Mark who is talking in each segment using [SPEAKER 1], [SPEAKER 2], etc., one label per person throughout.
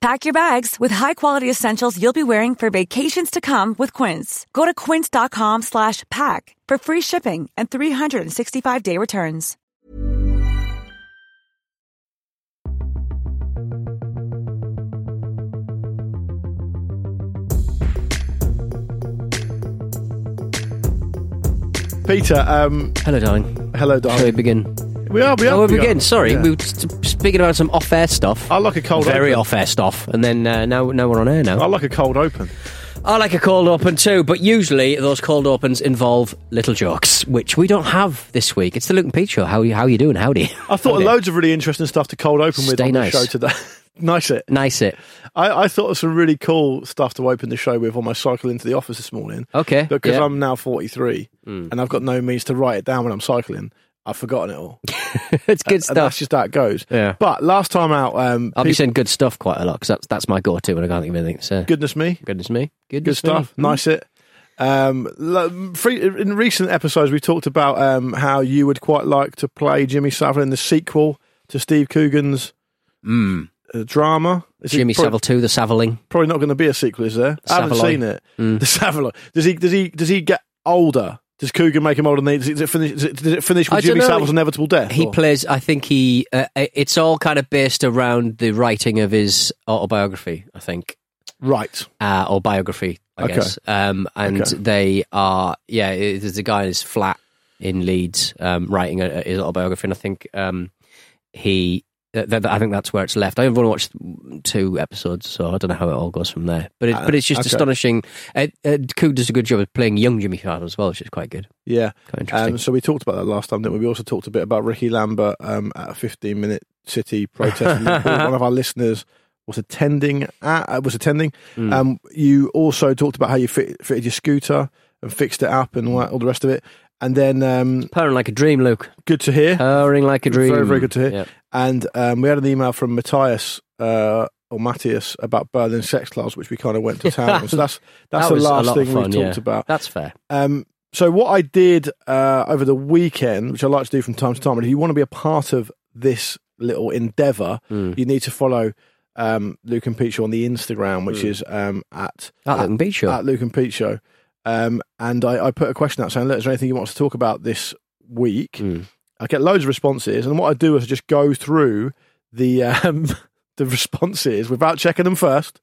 [SPEAKER 1] Pack your bags with high-quality essentials you'll be wearing for vacations to come with Quince. Go to quince.com slash pack for free shipping and 365-day returns.
[SPEAKER 2] Peter, um,
[SPEAKER 3] Hello, darling.
[SPEAKER 2] hello,
[SPEAKER 3] Shall we
[SPEAKER 2] darling.
[SPEAKER 3] begin?
[SPEAKER 2] We are, we are.
[SPEAKER 3] oh, we begin. Sorry,
[SPEAKER 2] Yeah.
[SPEAKER 3] we were s- speaking about some off-air stuff.
[SPEAKER 2] I like a cold
[SPEAKER 3] Very
[SPEAKER 2] open.
[SPEAKER 3] off-air stuff, and then uh, now now we're on air now.
[SPEAKER 2] I like a cold open. Oh.
[SPEAKER 3] I like a cold open too, but usually those cold opens involve little jokes, which we don't have this week. It's the Luke and Pete show. How you how you doing? Howdy.
[SPEAKER 2] I thought
[SPEAKER 3] Howdy.
[SPEAKER 2] loads of really interesting stuff to cold open with
[SPEAKER 3] Stay
[SPEAKER 2] on
[SPEAKER 3] nice.
[SPEAKER 2] the show today. nice it.
[SPEAKER 3] Nice it.
[SPEAKER 2] I, I thought of some really cool stuff to open the show with on my cycle into the office this morning.
[SPEAKER 3] Okay.
[SPEAKER 2] Because
[SPEAKER 3] yeah. Hmm.
[SPEAKER 2] I'm now 43 and I've got no means to write it down when I'm cycling, I've forgotten it all.
[SPEAKER 3] it's good
[SPEAKER 2] And that's
[SPEAKER 3] stuff.
[SPEAKER 2] just how it goes.
[SPEAKER 3] Yeah.
[SPEAKER 2] But last time out, um,
[SPEAKER 3] I'll be
[SPEAKER 2] peop-
[SPEAKER 3] saying good stuff quite a lot because that's that's my go-to, and I can't think of anything to say.
[SPEAKER 2] goodness me,
[SPEAKER 3] Goodness me.
[SPEAKER 2] good
[SPEAKER 3] Goodness
[SPEAKER 2] stuff.
[SPEAKER 3] me.
[SPEAKER 2] Nice it. Um, lo- free, in recent episodes, we talked about um, how you would quite like to play Jimmy Savile in the sequel to Steve Coogan's
[SPEAKER 3] Mm.
[SPEAKER 2] uh, drama. Is it
[SPEAKER 3] Jimmy
[SPEAKER 2] prob-
[SPEAKER 3] Savile too. The Saviling.
[SPEAKER 2] Probably not going to be a sequel, is there? I haven't
[SPEAKER 3] Savile.
[SPEAKER 2] seen it.
[SPEAKER 3] Mm.
[SPEAKER 2] The Savile. Does he? Does he? Does he get older? Does Coogan make him older? Than he, does, it, does it finish? Does it, does it finish
[SPEAKER 3] I
[SPEAKER 2] with
[SPEAKER 3] don't
[SPEAKER 2] Jimmy
[SPEAKER 3] know.
[SPEAKER 2] Savile's inevitable death?
[SPEAKER 3] He
[SPEAKER 2] or-
[SPEAKER 3] plays. I think he. Uh, it's all kind of based around the writing of his autobiography. I think.
[SPEAKER 2] right.
[SPEAKER 3] uh, or biography, I
[SPEAKER 2] Okay.
[SPEAKER 3] guess. Um, and
[SPEAKER 2] Okay.
[SPEAKER 3] they are, yeah, it- there's a guy in his flat in Leeds um, writing a, a- his autobiography, and I think um, he. Th- th- I think that's where it's left. I've only watched two episodes, so I don't know how it all goes from there. But it,
[SPEAKER 2] Ah,
[SPEAKER 3] but it's just
[SPEAKER 2] okay.
[SPEAKER 3] astonishing. Uh, uh, Coo does a good job of playing young Jimmy Savile as well, which is quite good,
[SPEAKER 2] Yeah.
[SPEAKER 3] quite interesting.
[SPEAKER 2] Um, so we talked about that last time, didn't we? We also talked a bit about Ricky Lambert um, at a 15-minute city protest. in Liverpool. One of our listeners was attending. At, uh, was attending.
[SPEAKER 3] Mm.
[SPEAKER 2] Um, you also talked about how you fit, fitted your scooter and fixed it up and all, that, all the rest of it. And then um,
[SPEAKER 3] Purring like a dream, Luke.
[SPEAKER 2] good to hear.
[SPEAKER 3] Purring like a
[SPEAKER 2] Very,
[SPEAKER 3] dream.
[SPEAKER 2] very good to hear.
[SPEAKER 3] Yeah.
[SPEAKER 2] And um, we had an email from Matthias uh, or Matthias about Berlin sex clubs, which we kind of went to town on. So that's that's
[SPEAKER 3] That
[SPEAKER 2] the
[SPEAKER 3] was a
[SPEAKER 2] last
[SPEAKER 3] lot of
[SPEAKER 2] thing we
[SPEAKER 3] fun,
[SPEAKER 2] talked
[SPEAKER 3] yeah.
[SPEAKER 2] about.
[SPEAKER 3] That's fair.
[SPEAKER 2] Um, so what I did uh, over the weekend, which I like to do from time to time, and if you want to be a part of this little endeavour,
[SPEAKER 3] Mm.
[SPEAKER 2] you need to follow um, Luke and Pete Show on the Instagram, which is um, at
[SPEAKER 3] That Luke and Pete show.
[SPEAKER 2] at Luke and Pete Show. Um, and I, I put a question out saying, look, is there anything you want us to talk about this week?
[SPEAKER 3] Mm.
[SPEAKER 2] I get loads of responses, and what I do is I just go through the um, the responses without checking them first,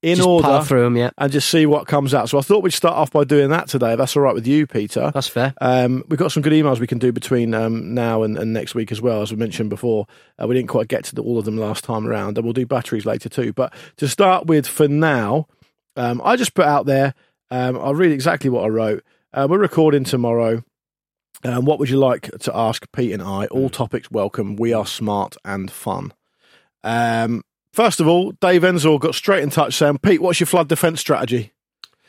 [SPEAKER 2] in
[SPEAKER 3] Just
[SPEAKER 2] order,
[SPEAKER 3] pile through 'em, yeah.
[SPEAKER 2] and just see what comes out. So I thought we'd start off by doing that today. If that's all right with you, Peter.
[SPEAKER 3] That's fair.
[SPEAKER 2] Um, we've got some good emails we can do between um, now and, and next week as well, as we mentioned before. Uh, we didn't quite get to the, all of them last time around, and we'll do batteries later too. But to start with, for now, um, I just put out there. Um, I'll read exactly what I wrote. Uh, we're recording tomorrow. Um, what would you like to ask Pete and I? All topics welcome. We are smart and fun. Um, first of all, Dave Enzor got straight in touch saying, "Pete, what's your flood defence strategy?"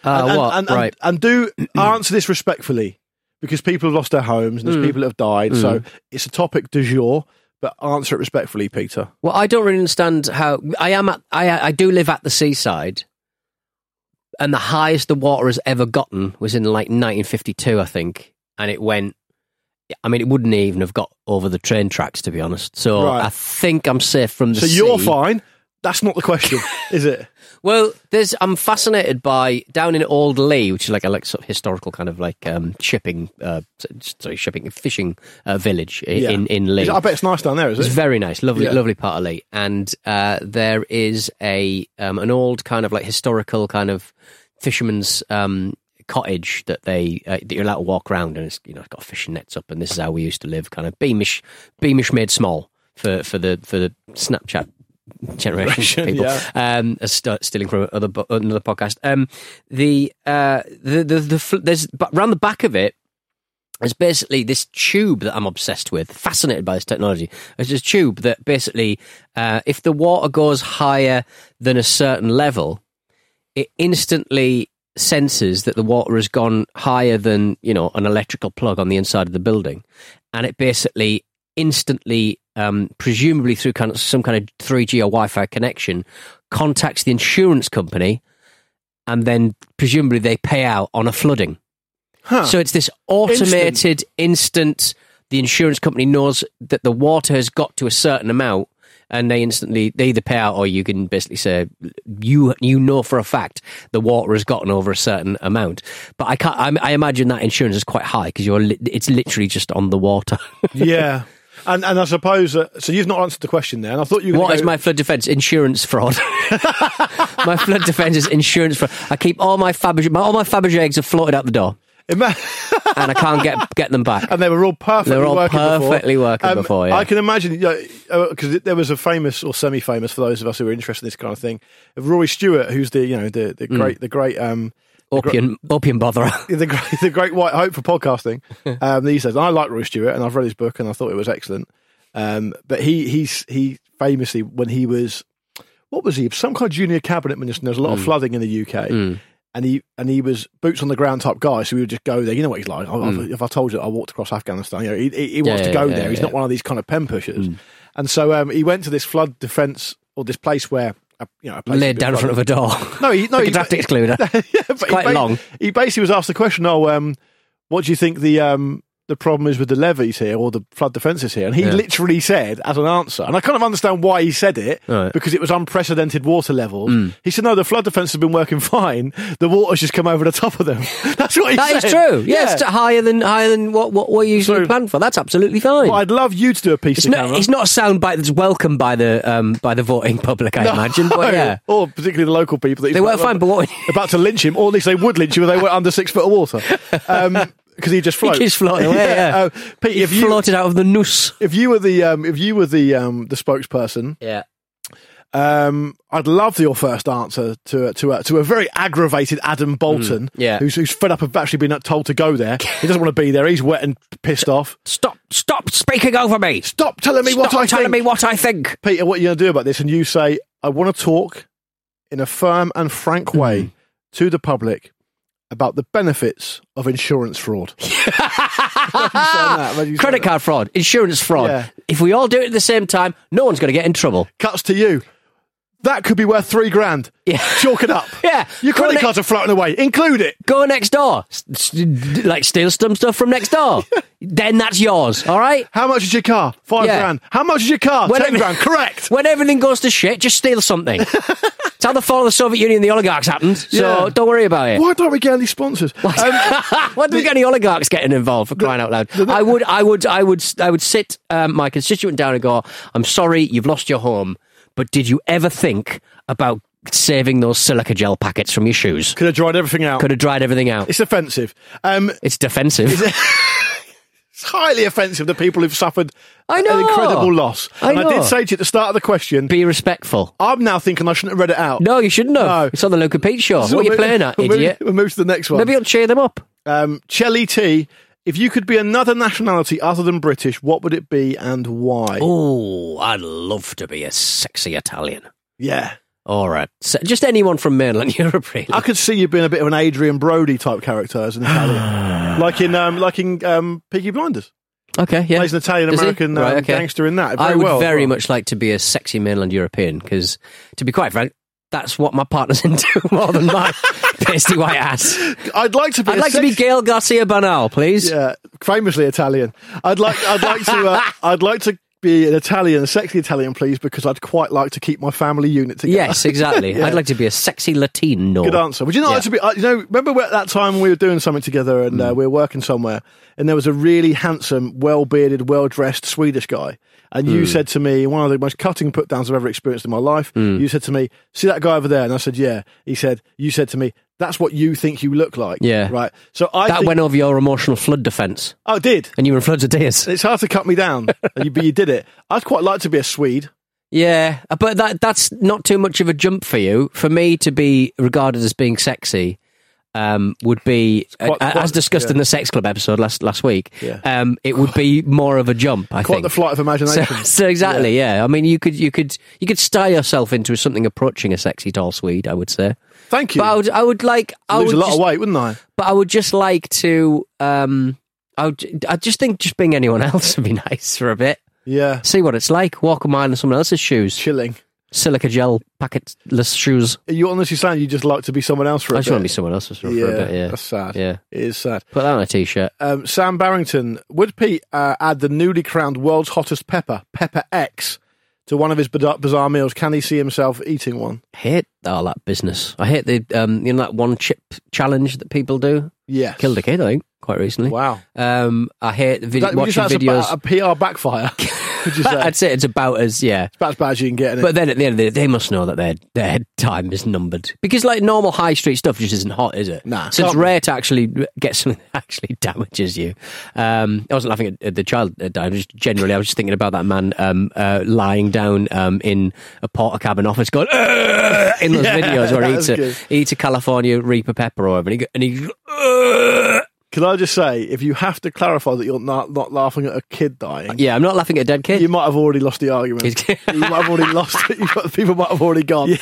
[SPEAKER 3] Uh,
[SPEAKER 2] and,
[SPEAKER 3] what?
[SPEAKER 2] And, and,
[SPEAKER 3] right.
[SPEAKER 2] and do answer this respectfully because people have lost their homes and there's
[SPEAKER 3] Mm.
[SPEAKER 2] people that have died.
[SPEAKER 3] Mm.
[SPEAKER 2] So it's a topic du jour, but answer it respectfully, Peter.
[SPEAKER 3] Well, I don't really understand how I am. At, I I do live at the seaside, and the highest the water has ever gotten was in like 1952, I think, and it went. I mean, it wouldn't even have got over the train tracks, to be honest. So
[SPEAKER 2] Right.
[SPEAKER 3] I think I'm safe from the.
[SPEAKER 2] So you're
[SPEAKER 3] sea.
[SPEAKER 2] fine. That's not the question, is it?
[SPEAKER 3] Well, there's. I'm fascinated by down in Old Lee, which is like a like sort of historical kind of like um, shipping, uh, s- sorry, shipping fishing uh, village i-
[SPEAKER 2] Yeah.
[SPEAKER 3] in in Lee.
[SPEAKER 2] I bet it's nice down there, is
[SPEAKER 3] It's
[SPEAKER 2] it?
[SPEAKER 3] very nice, lovely,
[SPEAKER 2] Yeah.
[SPEAKER 3] lovely part of Lee, and uh, there is a um, an old kind of like historical kind of fisherman's um, cottage that they uh, that you're allowed to walk around, and it's you know it's got fishing nets up, and this is how we used to live, kind of Beamish, Beamish made small for for the for the Snapchat generation
[SPEAKER 2] Generation,
[SPEAKER 3] people.
[SPEAKER 2] yeah.
[SPEAKER 3] Um, as st- stealing from other bo- another podcast. Um, the uh the the, the fl- there's but around the back of it it's basically this tube that I'm obsessed with, fascinated by this technology. It's this tube that basically, uh, if the water goes higher than a certain level, it instantly senses that the water has gone higher than you know an electrical plug on the inside of the building, and it basically instantly, um, presumably through kind of some kind of three G or Wi Fi connection, contacts the insurance company, and then presumably they pay out on a flooding.
[SPEAKER 2] Huh.
[SPEAKER 3] So it's this automated instant. The insurance company knows that the water has got to a certain amount, and they instantly they either pay out or you can basically say you you know for a fact the water has gotten over a certain amount. But I can't. I, I imagine that insurance is quite high because you're li- it's literally just on the water.
[SPEAKER 2] yeah. And and I suppose uh, so. You've not answered the question there, and I thought you. Were
[SPEAKER 3] What
[SPEAKER 2] gonna
[SPEAKER 3] is
[SPEAKER 2] go-
[SPEAKER 3] my flood defence? Insurance fraud. my flood defence is insurance fraud. I keep all my Faberge, my, all my Faberge eggs have floated out the door,
[SPEAKER 2] Ima-
[SPEAKER 3] and I can't get get them back.
[SPEAKER 2] and they were all perfectly
[SPEAKER 3] They were all
[SPEAKER 2] working
[SPEAKER 3] perfectly
[SPEAKER 2] before.
[SPEAKER 3] working before, yeah.
[SPEAKER 2] I can imagine because you know, uh 'cause it there was a famous or semi-famous for those of us who were interested in this kind of thing. Of Rory Stewart, who's the you know the the
[SPEAKER 3] Mm.
[SPEAKER 2] great the great um
[SPEAKER 3] Opium, opium botherer.
[SPEAKER 2] the great, the great white hope for podcasting um, these days. And I like Roy Stewart, and I've read his book, and I thought it was excellent. Um, but he he's he famously when he was what was he some kind of junior cabinet minister? There's a
[SPEAKER 3] Hmm.
[SPEAKER 2] lot of flooding in the UK. And he and he was boots on the ground type guy, so we would just go there. You know what he's like. I, I've, if I told you, I walked across Afghanistan. You know, he, he, he wants to
[SPEAKER 3] Hmm. yeah,
[SPEAKER 2] go
[SPEAKER 3] yeah,
[SPEAKER 2] there. he's
[SPEAKER 3] yeah. Hmm.
[SPEAKER 2] not one of these kind of pen pushers. And so um, he went to this flood defence or this place where a, you know a place
[SPEAKER 3] laid down in front of a door.
[SPEAKER 2] No, he, no,
[SPEAKER 3] Like a
[SPEAKER 2] he-
[SPEAKER 3] draft excluder.
[SPEAKER 2] yeah, but
[SPEAKER 3] quite
[SPEAKER 2] he ba-
[SPEAKER 3] long.
[SPEAKER 2] He basically was asked the question, "Oh, um, what do you think the um, the problem is with the levies here or the flood defences here?" And he
[SPEAKER 3] Yeah.
[SPEAKER 2] literally said as an answer, and I kind of understand why he said it
[SPEAKER 3] Right. Mm.
[SPEAKER 2] because it was unprecedented water levels. He said, "No, the flood defence has been working fine. The water's just come over the top of them." That's what he said.
[SPEAKER 3] That is true. Yes,
[SPEAKER 2] Yeah.
[SPEAKER 3] t- higher than higher than what what, what you usually
[SPEAKER 2] So-
[SPEAKER 3] plan for. That's absolutely fine.
[SPEAKER 2] Well, I'd love you to do a piece
[SPEAKER 3] it's
[SPEAKER 2] of
[SPEAKER 3] not
[SPEAKER 2] camera.
[SPEAKER 3] it's not a soundbite that's welcomed by the um by the voting public. I imagine, but yeah,
[SPEAKER 2] Or particularly the local people. That he's
[SPEAKER 3] they were
[SPEAKER 2] about-
[SPEAKER 3] fine. But what
[SPEAKER 2] about to lynch him, or at least they would lynch him if they were under six foot of water. Um, because he just floats.
[SPEAKER 3] just floated away, yeah.
[SPEAKER 2] Uh, Pete, if you
[SPEAKER 3] floated out of the noose?
[SPEAKER 2] if you were the um, if you were the um, the spokesperson,
[SPEAKER 3] Yeah.
[SPEAKER 2] um, I'd love your first answer to a- to a, to a very aggravated Adam Bolton,
[SPEAKER 3] Mm, yeah.
[SPEAKER 2] who's, who's fed up of actually being told to go there. He doesn't want to be there. He's wet and pissed off.
[SPEAKER 3] Stop! Stop speaking over me.
[SPEAKER 2] Stop telling me what
[SPEAKER 3] Stop
[SPEAKER 2] I
[SPEAKER 3] telling
[SPEAKER 2] think,
[SPEAKER 3] me what I think.
[SPEAKER 2] Peter. What are you going to do about this? And you say, I want to talk in a firm and frank way to the public about the benefits of insurance fraud. that, imagine you saying
[SPEAKER 3] Credit
[SPEAKER 2] that.
[SPEAKER 3] card fraud, insurance fraud.
[SPEAKER 2] Yeah.
[SPEAKER 3] If we all do it at the same time, no one's going to get in trouble.
[SPEAKER 2] Cuts to you. That could be worth three grand.
[SPEAKER 3] Yeah.
[SPEAKER 2] Chalk it up.
[SPEAKER 3] Yeah.
[SPEAKER 2] Your
[SPEAKER 3] Well,
[SPEAKER 2] credit
[SPEAKER 3] they-
[SPEAKER 2] cards are floating away. Include it.
[SPEAKER 3] Go next door, S- s- like steal some stuff from next door. then that's yours. All right.
[SPEAKER 2] How much is your car? Five
[SPEAKER 3] Yeah.
[SPEAKER 2] grand. How much is your car?
[SPEAKER 3] When
[SPEAKER 2] Ten
[SPEAKER 3] it-
[SPEAKER 2] grand. Correct.
[SPEAKER 3] When everything goes to shit, just steal something. it's how the fall of the Soviet Union and the oligarchs happened, so
[SPEAKER 2] Yeah.
[SPEAKER 3] don't worry about it.
[SPEAKER 2] Why don't we get any sponsors? Um,
[SPEAKER 3] Why do we get any oligarchs getting involved for crying out loud? I would, I would, I would, I would sit um, my constituent down and go, "I'm sorry, you've lost your home, but did you ever think about saving those silica gel packets from your shoes?
[SPEAKER 2] could have dried everything out.
[SPEAKER 3] Could have dried everything out.
[SPEAKER 2] It's offensive. Um,
[SPEAKER 3] It's defensive.
[SPEAKER 2] it's highly offensive to people who've suffered
[SPEAKER 3] I know.
[SPEAKER 2] an incredible loss.
[SPEAKER 3] I
[SPEAKER 2] and I
[SPEAKER 3] know.
[SPEAKER 2] did say to you at the start of the question,
[SPEAKER 3] Be respectful.
[SPEAKER 2] I'm now thinking I shouldn't have read it out.
[SPEAKER 3] No, you shouldn't have.
[SPEAKER 2] No.
[SPEAKER 3] It's on the Luca Pete show.
[SPEAKER 2] So
[SPEAKER 3] what are you
[SPEAKER 2] we'll move-
[SPEAKER 3] playing at,
[SPEAKER 2] we'll move-
[SPEAKER 3] idiot?
[SPEAKER 2] We'll move to the next one.
[SPEAKER 3] Maybe it'll cheer them up.
[SPEAKER 2] Um, Chelly T, if you could be another nationality other than British, what would it be and why?
[SPEAKER 3] Oh, I'd love to be a sexy Italian.
[SPEAKER 2] Yeah.
[SPEAKER 3] All right. So just anyone from mainland Europe, really.
[SPEAKER 2] I could see you being a bit of an Adrian Brody type character as an Italian, like in um, like in um, Peaky Blinders.
[SPEAKER 3] Okay, yeah.
[SPEAKER 2] Plays an Italian
[SPEAKER 3] Does he?
[SPEAKER 2] American um,
[SPEAKER 3] Right, okay.
[SPEAKER 2] gangster in that. Very
[SPEAKER 3] I would
[SPEAKER 2] well,
[SPEAKER 3] very
[SPEAKER 2] well.
[SPEAKER 3] much like to be a sexy mainland European because, to be quite frank, that's what my partner's into more than my pasty white ass.
[SPEAKER 2] I'd like to be.
[SPEAKER 3] I'd
[SPEAKER 2] a
[SPEAKER 3] like to be
[SPEAKER 2] sex-
[SPEAKER 3] Gail Garcia Banal, please.
[SPEAKER 2] yeah, uh, famously Italian. I'd like. I'd like to. Uh, I'd like to be an Italian, a sexy Italian, please, because I'd quite like to keep my family unit together.
[SPEAKER 3] Yes, exactly. I'd like to be a sexy Latino.
[SPEAKER 2] Good answer. Would you not like to be? uh, You know, remember where- that time we were doing something together and
[SPEAKER 3] Mm.
[SPEAKER 2] uh, we were working somewhere, and there was a really handsome, well bearded, well dressed Swedish guy. And
[SPEAKER 3] Mm.
[SPEAKER 2] you said to me, one of the most cutting put downs I've ever experienced in my life.
[SPEAKER 3] Mm.
[SPEAKER 2] You said to me, "See that guy over there?" And I said, "Yeah." He said, "You said to me." That's what you think you look like,
[SPEAKER 3] Yeah.
[SPEAKER 2] Right. So I
[SPEAKER 3] That
[SPEAKER 2] think,
[SPEAKER 3] went over your emotional flood defence,
[SPEAKER 2] oh, I did.
[SPEAKER 3] and you were in floods of tears.
[SPEAKER 2] It's hard to cut me down, and you, but you did it. I'd quite like to be a Swede.
[SPEAKER 3] Yeah, uh, but that that's not too much of a jump for you. For me to be regarded as being sexy um, would be,
[SPEAKER 2] quite-
[SPEAKER 3] uh, as
[SPEAKER 2] quite-
[SPEAKER 3] discussed
[SPEAKER 2] yeah.
[SPEAKER 3] in the Sex Club episode last last week,
[SPEAKER 2] Yeah.
[SPEAKER 3] um, it would be more of a jump. I
[SPEAKER 2] Quite
[SPEAKER 3] think.
[SPEAKER 2] the flight of
[SPEAKER 3] so,
[SPEAKER 2] imagination.
[SPEAKER 3] so exactly, yeah. I mean, you could you could you could style yourself into something approaching a sexy tall Swede. I would say.
[SPEAKER 2] Thank you.
[SPEAKER 3] But I would, I would like, I
[SPEAKER 2] Lose
[SPEAKER 3] would
[SPEAKER 2] a lot
[SPEAKER 3] just,
[SPEAKER 2] of weight, wouldn't I?
[SPEAKER 3] but I would just like to, um, I would, I just think just being anyone else would be nice for a bit.
[SPEAKER 2] Yeah.
[SPEAKER 3] See what it's like. Walk a mile in someone else's shoes.
[SPEAKER 2] Chilling.
[SPEAKER 3] Silica gel packetless shoes.
[SPEAKER 2] Are you honestly saying you just like to be someone else for a
[SPEAKER 3] I just
[SPEAKER 2] bit?
[SPEAKER 3] want to be someone else's for,
[SPEAKER 2] yeah,
[SPEAKER 3] for a bit. Yeah,
[SPEAKER 2] That's sad.
[SPEAKER 3] yeah.
[SPEAKER 2] It is sad.
[SPEAKER 3] Put that on a t-shirt.
[SPEAKER 2] Um, Sam Barrington, would Pete uh, add the newly crowned world's hottest pepper, Pepper X, to one of his bizarre, bizarre meals? Can he see himself eating one?
[SPEAKER 3] hate all that business. I hate the um, you know that one chip challenge that people do.
[SPEAKER 2] Yes.
[SPEAKER 3] Killed a kid, I think, quite recently.
[SPEAKER 2] Wow.
[SPEAKER 3] Um, I hate the vid-
[SPEAKER 2] That- would you say
[SPEAKER 3] watching
[SPEAKER 2] that's a
[SPEAKER 3] videos.
[SPEAKER 2] ba- A, PR backfire, would you say?
[SPEAKER 3] I'd
[SPEAKER 2] That's
[SPEAKER 3] say it's about as yeah.
[SPEAKER 2] about as bad as you can get. Isn't it?
[SPEAKER 3] But then at the end of the day, they must know that their their time is numbered because like normal high street stuff just isn't hot, is it?
[SPEAKER 2] Nah.
[SPEAKER 3] So it's
[SPEAKER 2] Can't
[SPEAKER 3] rare to actually get something that actually damages you. Um, I wasn't laughing at, at the child uh, dying. Just generally, I was just thinking about that man um, uh, lying down um, in a porter cabin office, going "Ugh," in those
[SPEAKER 2] Yeah,
[SPEAKER 3] videos where
[SPEAKER 2] that
[SPEAKER 3] he eats
[SPEAKER 2] was
[SPEAKER 3] a,
[SPEAKER 2] good.
[SPEAKER 3] he eats a California Reaper pepper or whatever, and he go- and he. "Ugh."
[SPEAKER 2] Can I just say, if you have to clarify that you're not, not laughing at a kid dying,
[SPEAKER 3] Yeah, I'm not laughing at a dead kid.
[SPEAKER 2] you might have already lost the argument. you might have already lost it. You might- People might have already gone.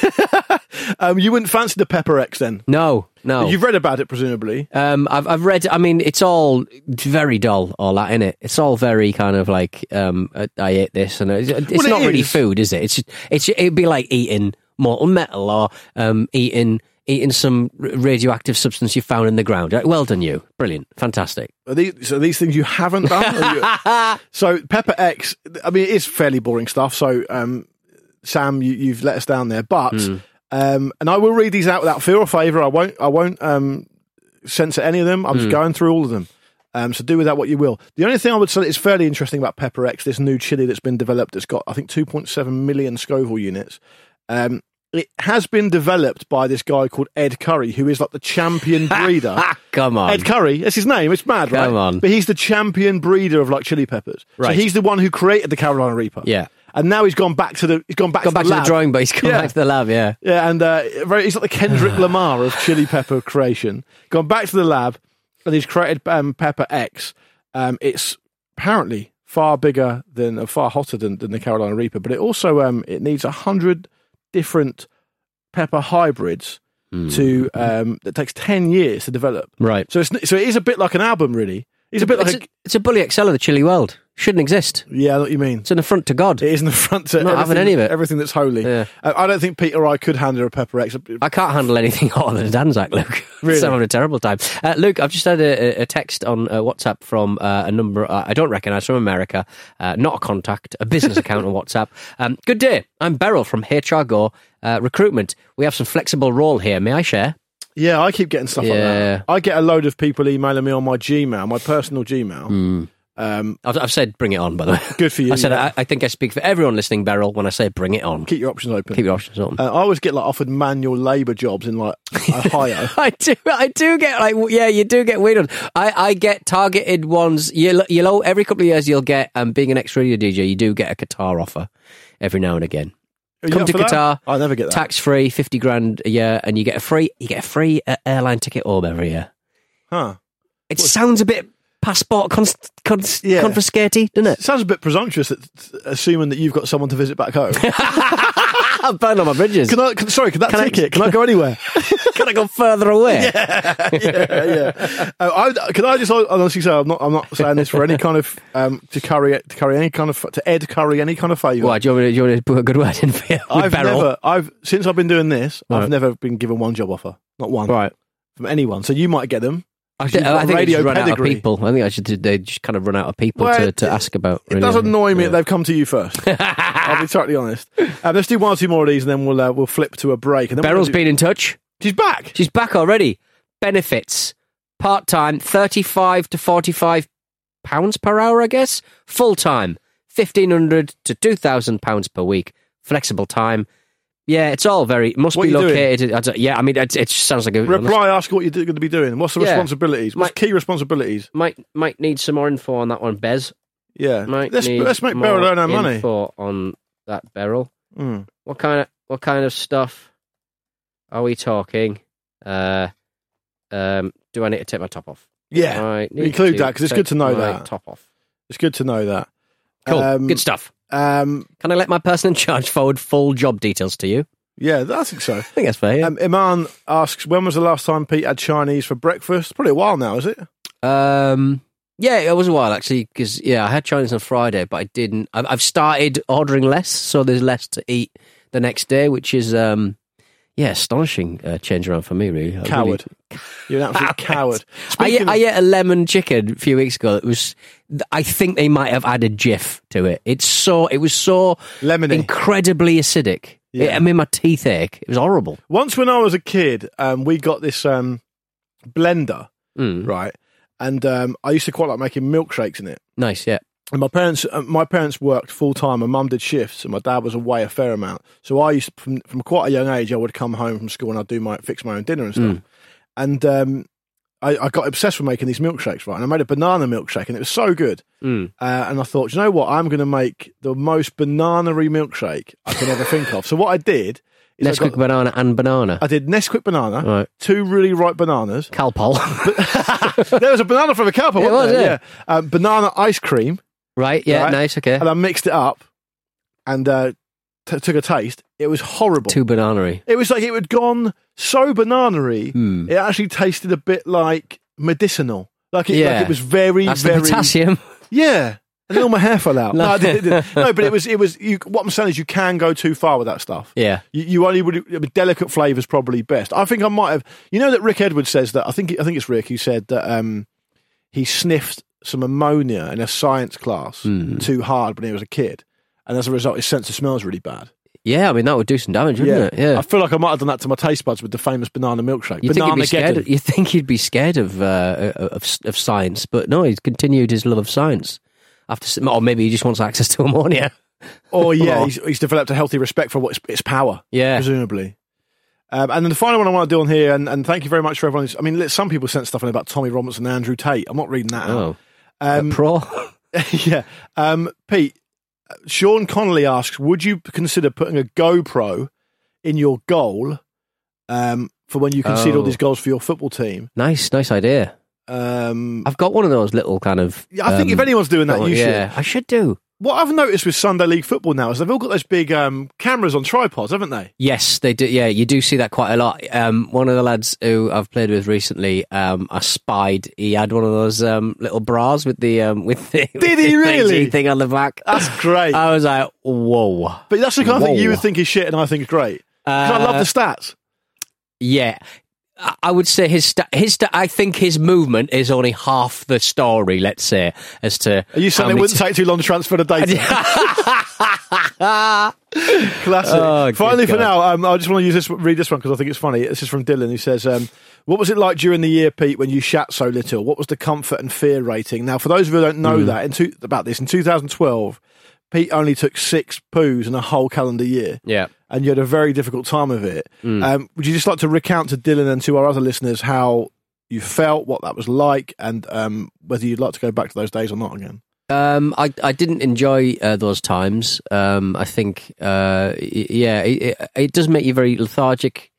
[SPEAKER 2] um, you wouldn't fancy the Pepper X then?
[SPEAKER 3] no, no.
[SPEAKER 2] You've read about it, presumably.
[SPEAKER 3] Um, I've I've read. I mean, it's all very dull. All that in it. It's all very kind of like um, I, I ate this, and it's, it's
[SPEAKER 2] Well, it
[SPEAKER 3] not really
[SPEAKER 2] is.
[SPEAKER 3] food, is it? It's just, it's it'd be like eating mortal metal or um, eating eating some r- radioactive substance you found in the ground. Like, well done, you. Brilliant, fantastic.
[SPEAKER 2] Are these, so these things you haven't done? Or you- so Pepper X, I mean, it is fairly boring stuff. So um, Sam, you, you've let us down there, but um, and I will read these out without fear or favour. I won't. I won't um, censor any of them. I'm just going through all of them. Um, so do with that what you will. The only thing I would say that is fairly interesting about Pepper X, this new chili that's been developed, that's got I think 2.7 million Scoville units. Um, it has been developed by this guy called Ed Curry, who is like the champion breeder.
[SPEAKER 3] Ah, come on.
[SPEAKER 2] Ed Curry, that's his name. It's mad, right?
[SPEAKER 3] Come on.
[SPEAKER 2] But he's the champion breeder of like chili peppers.
[SPEAKER 3] Right.
[SPEAKER 2] So he's the one who created the Carolina Reaper.
[SPEAKER 3] Yeah.
[SPEAKER 2] And now he's gone back to the he's gone back
[SPEAKER 3] Go
[SPEAKER 2] to
[SPEAKER 3] back
[SPEAKER 2] the
[SPEAKER 3] to the
[SPEAKER 2] lab.
[SPEAKER 3] drawing board. He's Come
[SPEAKER 2] Yeah.
[SPEAKER 3] back to the lab. Yeah.
[SPEAKER 2] Yeah, and uh, very, he's like the Kendrick Lamar of chili pepper creation. Gone back to the lab, and he's created um, Pepper X. Um, it's apparently far bigger than, uh, far hotter than, than the Carolina Reaper, but it also um, it needs a hundred different pepper hybrids
[SPEAKER 3] Hmm.
[SPEAKER 2] to um, that takes ten years to develop.
[SPEAKER 3] Right.
[SPEAKER 2] So it's so it is a bit like an album, really. It's a bit
[SPEAKER 3] It's
[SPEAKER 2] like
[SPEAKER 3] a,
[SPEAKER 2] a,
[SPEAKER 3] it's a bully excel of the chili world. Shouldn't exist.
[SPEAKER 2] yeah, I know what you mean.
[SPEAKER 3] It's an affront to God.
[SPEAKER 2] It is an affront to
[SPEAKER 3] Not having
[SPEAKER 2] everything,
[SPEAKER 3] any of it.
[SPEAKER 2] everything that's holy.
[SPEAKER 3] Yeah.
[SPEAKER 2] Uh, I don't think Pete or I could handle a pepper X.
[SPEAKER 3] I can't handle anything hotter than Danzac, Luke.
[SPEAKER 2] Really?
[SPEAKER 3] so I'm having a terrible time. Uh, Luke, I've just had a, a- a text on uh, WhatsApp from uh, a number I I don't recognise from America, uh, not a contact, a business account on WhatsApp. Um, Good day. I'm Beryl from HR Go uh, Recruitment. We have some flexible role here. May I share?
[SPEAKER 2] Yeah, I keep getting stuff like
[SPEAKER 3] Yeah.
[SPEAKER 2] that. I get a load of people emailing me on my Gmail, my personal Gmail.
[SPEAKER 3] Hmm.
[SPEAKER 2] Um,
[SPEAKER 3] I've, I've said bring it on, by the way.
[SPEAKER 2] Good for you,
[SPEAKER 3] I said
[SPEAKER 2] yeah.
[SPEAKER 3] I, I think I speak for everyone listening, Beryl, when I say bring it on. Keep,
[SPEAKER 2] keep your options open.
[SPEAKER 3] your options open.
[SPEAKER 2] uh, I always get like offered manual labour jobs in like Ohio.
[SPEAKER 3] I do, I do get like, w- yeah, you do get weird ones. I, I get targeted ones. You'll, you'll al- every couple of years you'll get. Um, being an ex radio DJ, you do get a Qatar offer every now and again.
[SPEAKER 2] Are you
[SPEAKER 3] Come
[SPEAKER 2] up
[SPEAKER 3] to
[SPEAKER 2] for that?
[SPEAKER 3] Qatar.
[SPEAKER 2] I never get that.
[SPEAKER 3] Tax free, fifty grand a year, and you get a free, you get a free uh, airline ticket home every year.
[SPEAKER 2] Huh.
[SPEAKER 3] It sounds a bit passport cons- cons-
[SPEAKER 2] Yeah.
[SPEAKER 3] confiscatey, doesn't
[SPEAKER 2] It sounds a bit presumptuous that, assuming that you've got someone to visit back home.
[SPEAKER 3] it? Burn all my bridges.
[SPEAKER 2] can I? Can, sorry, can that
[SPEAKER 3] Can I-
[SPEAKER 2] ticket? can I go anywhere?
[SPEAKER 3] Can I go further away?
[SPEAKER 2] yeah, yeah. Uh, I, can I just honestly say I'm not. I'm not saying this for any kind of um, to curry to curry any kind of to Ed curry any kind of favour.
[SPEAKER 3] Why do you, want me to, do you want me to put a good word in for you? with
[SPEAKER 2] I've
[SPEAKER 3] Beryl?
[SPEAKER 2] never. I've since I've been doing this.
[SPEAKER 3] Right.
[SPEAKER 2] I've never been given one job offer. Not one
[SPEAKER 3] right.
[SPEAKER 2] from anyone. So you might get them.
[SPEAKER 3] I,
[SPEAKER 2] You've
[SPEAKER 3] think-
[SPEAKER 2] got
[SPEAKER 3] I think they
[SPEAKER 2] radio
[SPEAKER 3] just run out of
[SPEAKER 2] pedigree.
[SPEAKER 3] people. I think I should. They just kind of run out of people
[SPEAKER 2] Well,
[SPEAKER 3] to,
[SPEAKER 2] it-
[SPEAKER 3] to ask about.
[SPEAKER 2] It does annoy me that they've come to you first. I'll be totally honest. Um, let's do one or two more of these, and then we'll uh, we'll flip to a break. And then
[SPEAKER 3] Beryl's
[SPEAKER 2] we'll do-
[SPEAKER 3] been in touch.
[SPEAKER 2] She's back.
[SPEAKER 3] She's back already. Benefits part time, thirty five to forty five pounds per hour, I guess. Full time, fifteen hundred to two thousand pounds per week. Flexible time. Yeah, it's all very must
[SPEAKER 2] What
[SPEAKER 3] be
[SPEAKER 2] are you doing?
[SPEAKER 3] located. I don't- yeah, I mean, it, it just sounds like a
[SPEAKER 2] Reply. Ask what you're going to be doing. What's the
[SPEAKER 3] Yeah.
[SPEAKER 2] responsibilities? What's
[SPEAKER 3] My-
[SPEAKER 2] key responsibilities?
[SPEAKER 3] Might might need some more info on that one, Bez.
[SPEAKER 2] Yeah.
[SPEAKER 3] Might
[SPEAKER 2] Let's
[SPEAKER 3] need
[SPEAKER 2] let's make
[SPEAKER 3] more
[SPEAKER 2] Beryl earn her money.
[SPEAKER 3] info on that Beryl.
[SPEAKER 2] Mm.
[SPEAKER 3] what kind of what kind of stuff are we talking? Uh, um, do I need to take my top off?
[SPEAKER 2] Yeah.
[SPEAKER 3] I need
[SPEAKER 2] include that, 'cause it's good
[SPEAKER 3] take
[SPEAKER 2] to know
[SPEAKER 3] my
[SPEAKER 2] that.
[SPEAKER 3] top off.
[SPEAKER 2] It's good to know that.
[SPEAKER 3] Cool,
[SPEAKER 2] Um,
[SPEAKER 3] good stuff.
[SPEAKER 2] Um,
[SPEAKER 3] Can I let my person in charge forward full job details to you?
[SPEAKER 2] Yeah, I think so.
[SPEAKER 3] I think that's fair. Yeah.
[SPEAKER 2] Um, Iman asks, when was the last time Pete had Chinese for breakfast? Probably a while now, is it?
[SPEAKER 3] Um, yeah, it was a while actually because yeah, I had Chinese on Friday, but I didn't. I've, I've started ordering less, so there's less to eat the next day, which is um, yeah, astonishing uh, change around for me. Really, I really-
[SPEAKER 2] Coward. You're an absolute coward.
[SPEAKER 3] I,
[SPEAKER 2] Speaking
[SPEAKER 3] ate- I ate a lemon chicken a few weeks ago. It was, I think they might have added jiff to it. It's so, it was so
[SPEAKER 2] Lemony.
[SPEAKER 3] incredibly acidic.
[SPEAKER 2] Yeah.
[SPEAKER 3] It, I mean, my teeth ache. It was horrible.
[SPEAKER 2] Once when I was a kid, um, we got this um, blender,
[SPEAKER 3] Mm.
[SPEAKER 2] right? And um, I used to quite like making milkshakes in it.
[SPEAKER 3] Nice, yeah.
[SPEAKER 2] And my parents, uh, my parents worked full time. My mum did shifts, and my dad was away a fair amount. So I used, to, from, from quite a young age, I would come home from school and I'd do my fix my own dinner and
[SPEAKER 3] Hmm.
[SPEAKER 2] stuff. And um, I, I got obsessed with making these milkshakes, right? And I made a banana milkshake, and it was so good.
[SPEAKER 3] Mm.
[SPEAKER 2] Uh, and I thought, you know what? I'm going to make the most banana-y milkshake I can ever think of. So what I did is I,
[SPEAKER 3] Nesquik
[SPEAKER 2] got,
[SPEAKER 3] banana and banana.
[SPEAKER 2] I did Nesquik banana,
[SPEAKER 3] Right.
[SPEAKER 2] two really ripe bananas.
[SPEAKER 3] Calpol.
[SPEAKER 2] there was a banana from a cowper, wasn't
[SPEAKER 3] was,
[SPEAKER 2] there?
[SPEAKER 3] yeah.
[SPEAKER 2] Um, banana ice cream.
[SPEAKER 3] right, yeah,
[SPEAKER 2] Right.
[SPEAKER 3] nice, okay.
[SPEAKER 2] and I mixed it up and uh, t- took a taste. It was horrible.
[SPEAKER 3] Too bananery.
[SPEAKER 2] It was like it had gone so bananery.
[SPEAKER 3] Hmm.
[SPEAKER 2] It actually tasted a bit like medicinal. Like it,
[SPEAKER 3] Yeah.
[SPEAKER 2] like it was very,
[SPEAKER 3] That's
[SPEAKER 2] very
[SPEAKER 3] the potassium.
[SPEAKER 2] yeah. And then all my hair fell out. no,
[SPEAKER 3] No.
[SPEAKER 2] I didn't- didn't. no, but it was it was. You, what I'm saying is, you can go too far with that stuff.
[SPEAKER 3] Yeah.
[SPEAKER 2] You, you only would I mean, delicate flavors probably best. I think I might have. You know that Rick Edwards says that. I think I think it's Rick who said that um, he sniffed some ammonia in a science class
[SPEAKER 3] Hmm.
[SPEAKER 2] too hard when he was a kid, and as a result, his sense of smell is really bad.
[SPEAKER 3] Yeah, I mean, that would do some damage, wouldn't it? Yeah.
[SPEAKER 2] I feel like I might have done that to my taste buds with the famous banana milkshake.
[SPEAKER 3] You think,
[SPEAKER 2] banana
[SPEAKER 3] you'd be scared, you think he'd be scared of, uh, of of science, but no, he's continued his love of science. After, s- or maybe he just wants access to ammonia.
[SPEAKER 2] Or Oh, yeah,
[SPEAKER 3] Aw.
[SPEAKER 2] he's, he's developed a healthy respect for what its, its power.
[SPEAKER 3] Oh. Yeah.
[SPEAKER 2] presumably. Um, and then the final one I want to do on here, and, and thank you very much for everyone. Who's, I mean, li- some people sent stuff in about Tommy Robinson and Andrew Tate. I'm not reading that. out.
[SPEAKER 3] Oh, um, pro.
[SPEAKER 2] yeah, um, Pete. uh, Sean Connolly asks, would you consider putting a GoPro in your goal um, for when you concede
[SPEAKER 3] Oh.
[SPEAKER 2] all these goals for your football team?
[SPEAKER 3] nice, nice idea.
[SPEAKER 2] Um,
[SPEAKER 3] I've got one of those little kind of.
[SPEAKER 2] yeah, I think if
[SPEAKER 3] um,
[SPEAKER 2] anyone's doing that,
[SPEAKER 3] little-
[SPEAKER 2] you should.
[SPEAKER 3] yeah, I should do.
[SPEAKER 2] What I've noticed with Sunday League football now is they've all got those big um, cameras on tripods, haven't they?
[SPEAKER 3] Yes, they do. Yeah, you do see that quite a lot. Um, one of the lads who I've played with recently, um, I spied he had one of those um, little bras with the um, with the
[SPEAKER 2] Did he
[SPEAKER 3] with the
[SPEAKER 2] really?
[SPEAKER 3] thing on the back.
[SPEAKER 2] That's great.
[SPEAKER 3] I was like, whoa.
[SPEAKER 2] but that's the kind of thing you
[SPEAKER 3] Uh, Whoa. Uh,
[SPEAKER 2] would think is shit, and I think is great. 'Cause I love the stats.
[SPEAKER 3] Yeah. I I would say his sta- his sta- I think his movement is only half the story. Let's say as to
[SPEAKER 2] Are you saying
[SPEAKER 3] how
[SPEAKER 2] it
[SPEAKER 3] many
[SPEAKER 2] wouldn't take too long to transfer the data?
[SPEAKER 3] ta-
[SPEAKER 2] Classic.
[SPEAKER 3] Oh, good
[SPEAKER 2] Finally, for
[SPEAKER 3] God.
[SPEAKER 2] now, um, I just want to use this, read this one because I think it's funny. This is from Dylan, who says, um, "What was it like during the year, Pete, when you shat so little? What was the comfort and fear rating?" Now, for those of you who don't know that, in two, about this, in 2012, Pete only took six poos in a whole calendar year.
[SPEAKER 3] yeah.
[SPEAKER 2] and you had a very difficult time of it. Um, would you just like to recount to Dylan and to our other listeners how you felt, what that was like, and um, whether you'd like to go back to those days or not again?
[SPEAKER 3] Um, I I didn't enjoy uh, those times. Um, I think uh, y- yeah, it, it, it does make you very lethargic,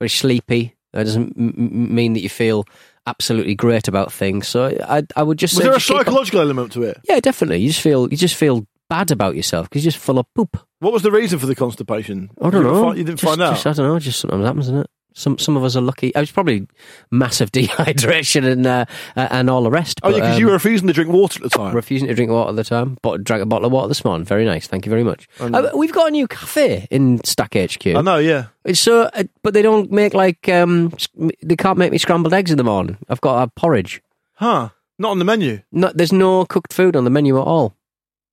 [SPEAKER 3] very sleepy. That doesn't m- m- mean that you feel absolutely great about things. So I I, I would just
[SPEAKER 2] Was
[SPEAKER 3] say
[SPEAKER 2] there a
[SPEAKER 3] just keep on-
[SPEAKER 2] psychological element to it?
[SPEAKER 3] yeah, definitely. You just feel you just feel bad about yourself because you're just full of poop.
[SPEAKER 2] What was the reason for the constipation?
[SPEAKER 3] I
[SPEAKER 2] you
[SPEAKER 3] don't
[SPEAKER 2] didn't
[SPEAKER 3] know.
[SPEAKER 2] Find, you didn't
[SPEAKER 3] just,
[SPEAKER 2] find out.
[SPEAKER 3] just- I don't know. Just sometimes happens, isn't it? Some some of us are lucky. It was probably massive dehydration and uh, uh, and all the rest.
[SPEAKER 2] oh, yeah,
[SPEAKER 3] but,
[SPEAKER 2] because
[SPEAKER 3] um,
[SPEAKER 2] you were refusing to drink water at the time.
[SPEAKER 3] refusing to drink water at the time, but drank a bottle of water this morning. Very nice. Thank you very much. Uh, we've got a new cafe in Stack HQ.
[SPEAKER 2] I know, yeah.
[SPEAKER 3] It's so, uh, but they don't make like um, s- they can't make me scrambled eggs in the morning. I've got to have porridge.
[SPEAKER 2] Huh. Not on the menu.
[SPEAKER 3] No, there's no cooked food on the menu at all.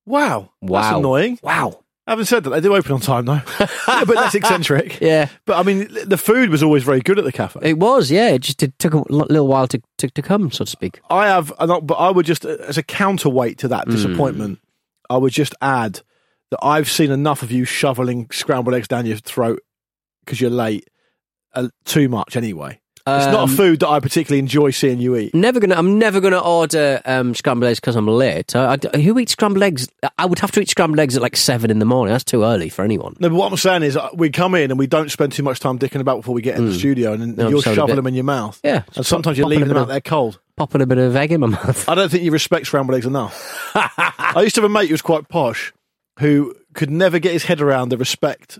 [SPEAKER 2] Wow. That's
[SPEAKER 3] Wow.
[SPEAKER 2] annoying.
[SPEAKER 3] Wow.
[SPEAKER 2] Having said that, they do open on time, though. yeah, but that's eccentric.
[SPEAKER 3] Yeah.
[SPEAKER 2] But I mean, the food was always very good at the cafe.
[SPEAKER 3] It was, yeah. It just did, took a l- little while to, to, to come, so to speak.
[SPEAKER 2] I have, and I- but I would just, uh, as a counterweight to
[SPEAKER 3] Hmm.
[SPEAKER 2] that disappointment, I would just add that I've seen enough of you shoveling scrambled eggs down your throat because you're late uh, too much anyway. It's not a
[SPEAKER 3] Um,
[SPEAKER 2] food that I particularly enjoy seeing you eat.
[SPEAKER 3] Never gonna. I'm never gonna order um, scrambled eggs because I'm late. I, I- who eats scrambled eggs? I would have to eat scrambled eggs at like seven in the morning. That's too early for anyone.
[SPEAKER 2] No, but what I'm saying is uh, we come in and we don't spend too much time dicking about before we get in the studio, and then
[SPEAKER 3] Mm. No, I'm
[SPEAKER 2] you're
[SPEAKER 3] sorry,
[SPEAKER 2] shoveling
[SPEAKER 3] but-
[SPEAKER 2] them in your mouth.
[SPEAKER 3] Yeah,
[SPEAKER 2] And
[SPEAKER 3] just
[SPEAKER 2] sometimes
[SPEAKER 3] pop-
[SPEAKER 2] you're
[SPEAKER 3] popping
[SPEAKER 2] leaving them
[SPEAKER 3] a bit
[SPEAKER 2] out
[SPEAKER 3] of-
[SPEAKER 2] there cold.
[SPEAKER 3] Popping a bit of egg in my mouth.
[SPEAKER 2] I don't think you respect scrambled eggs enough. I used to have a mate who was quite posh who could never get his head around the respect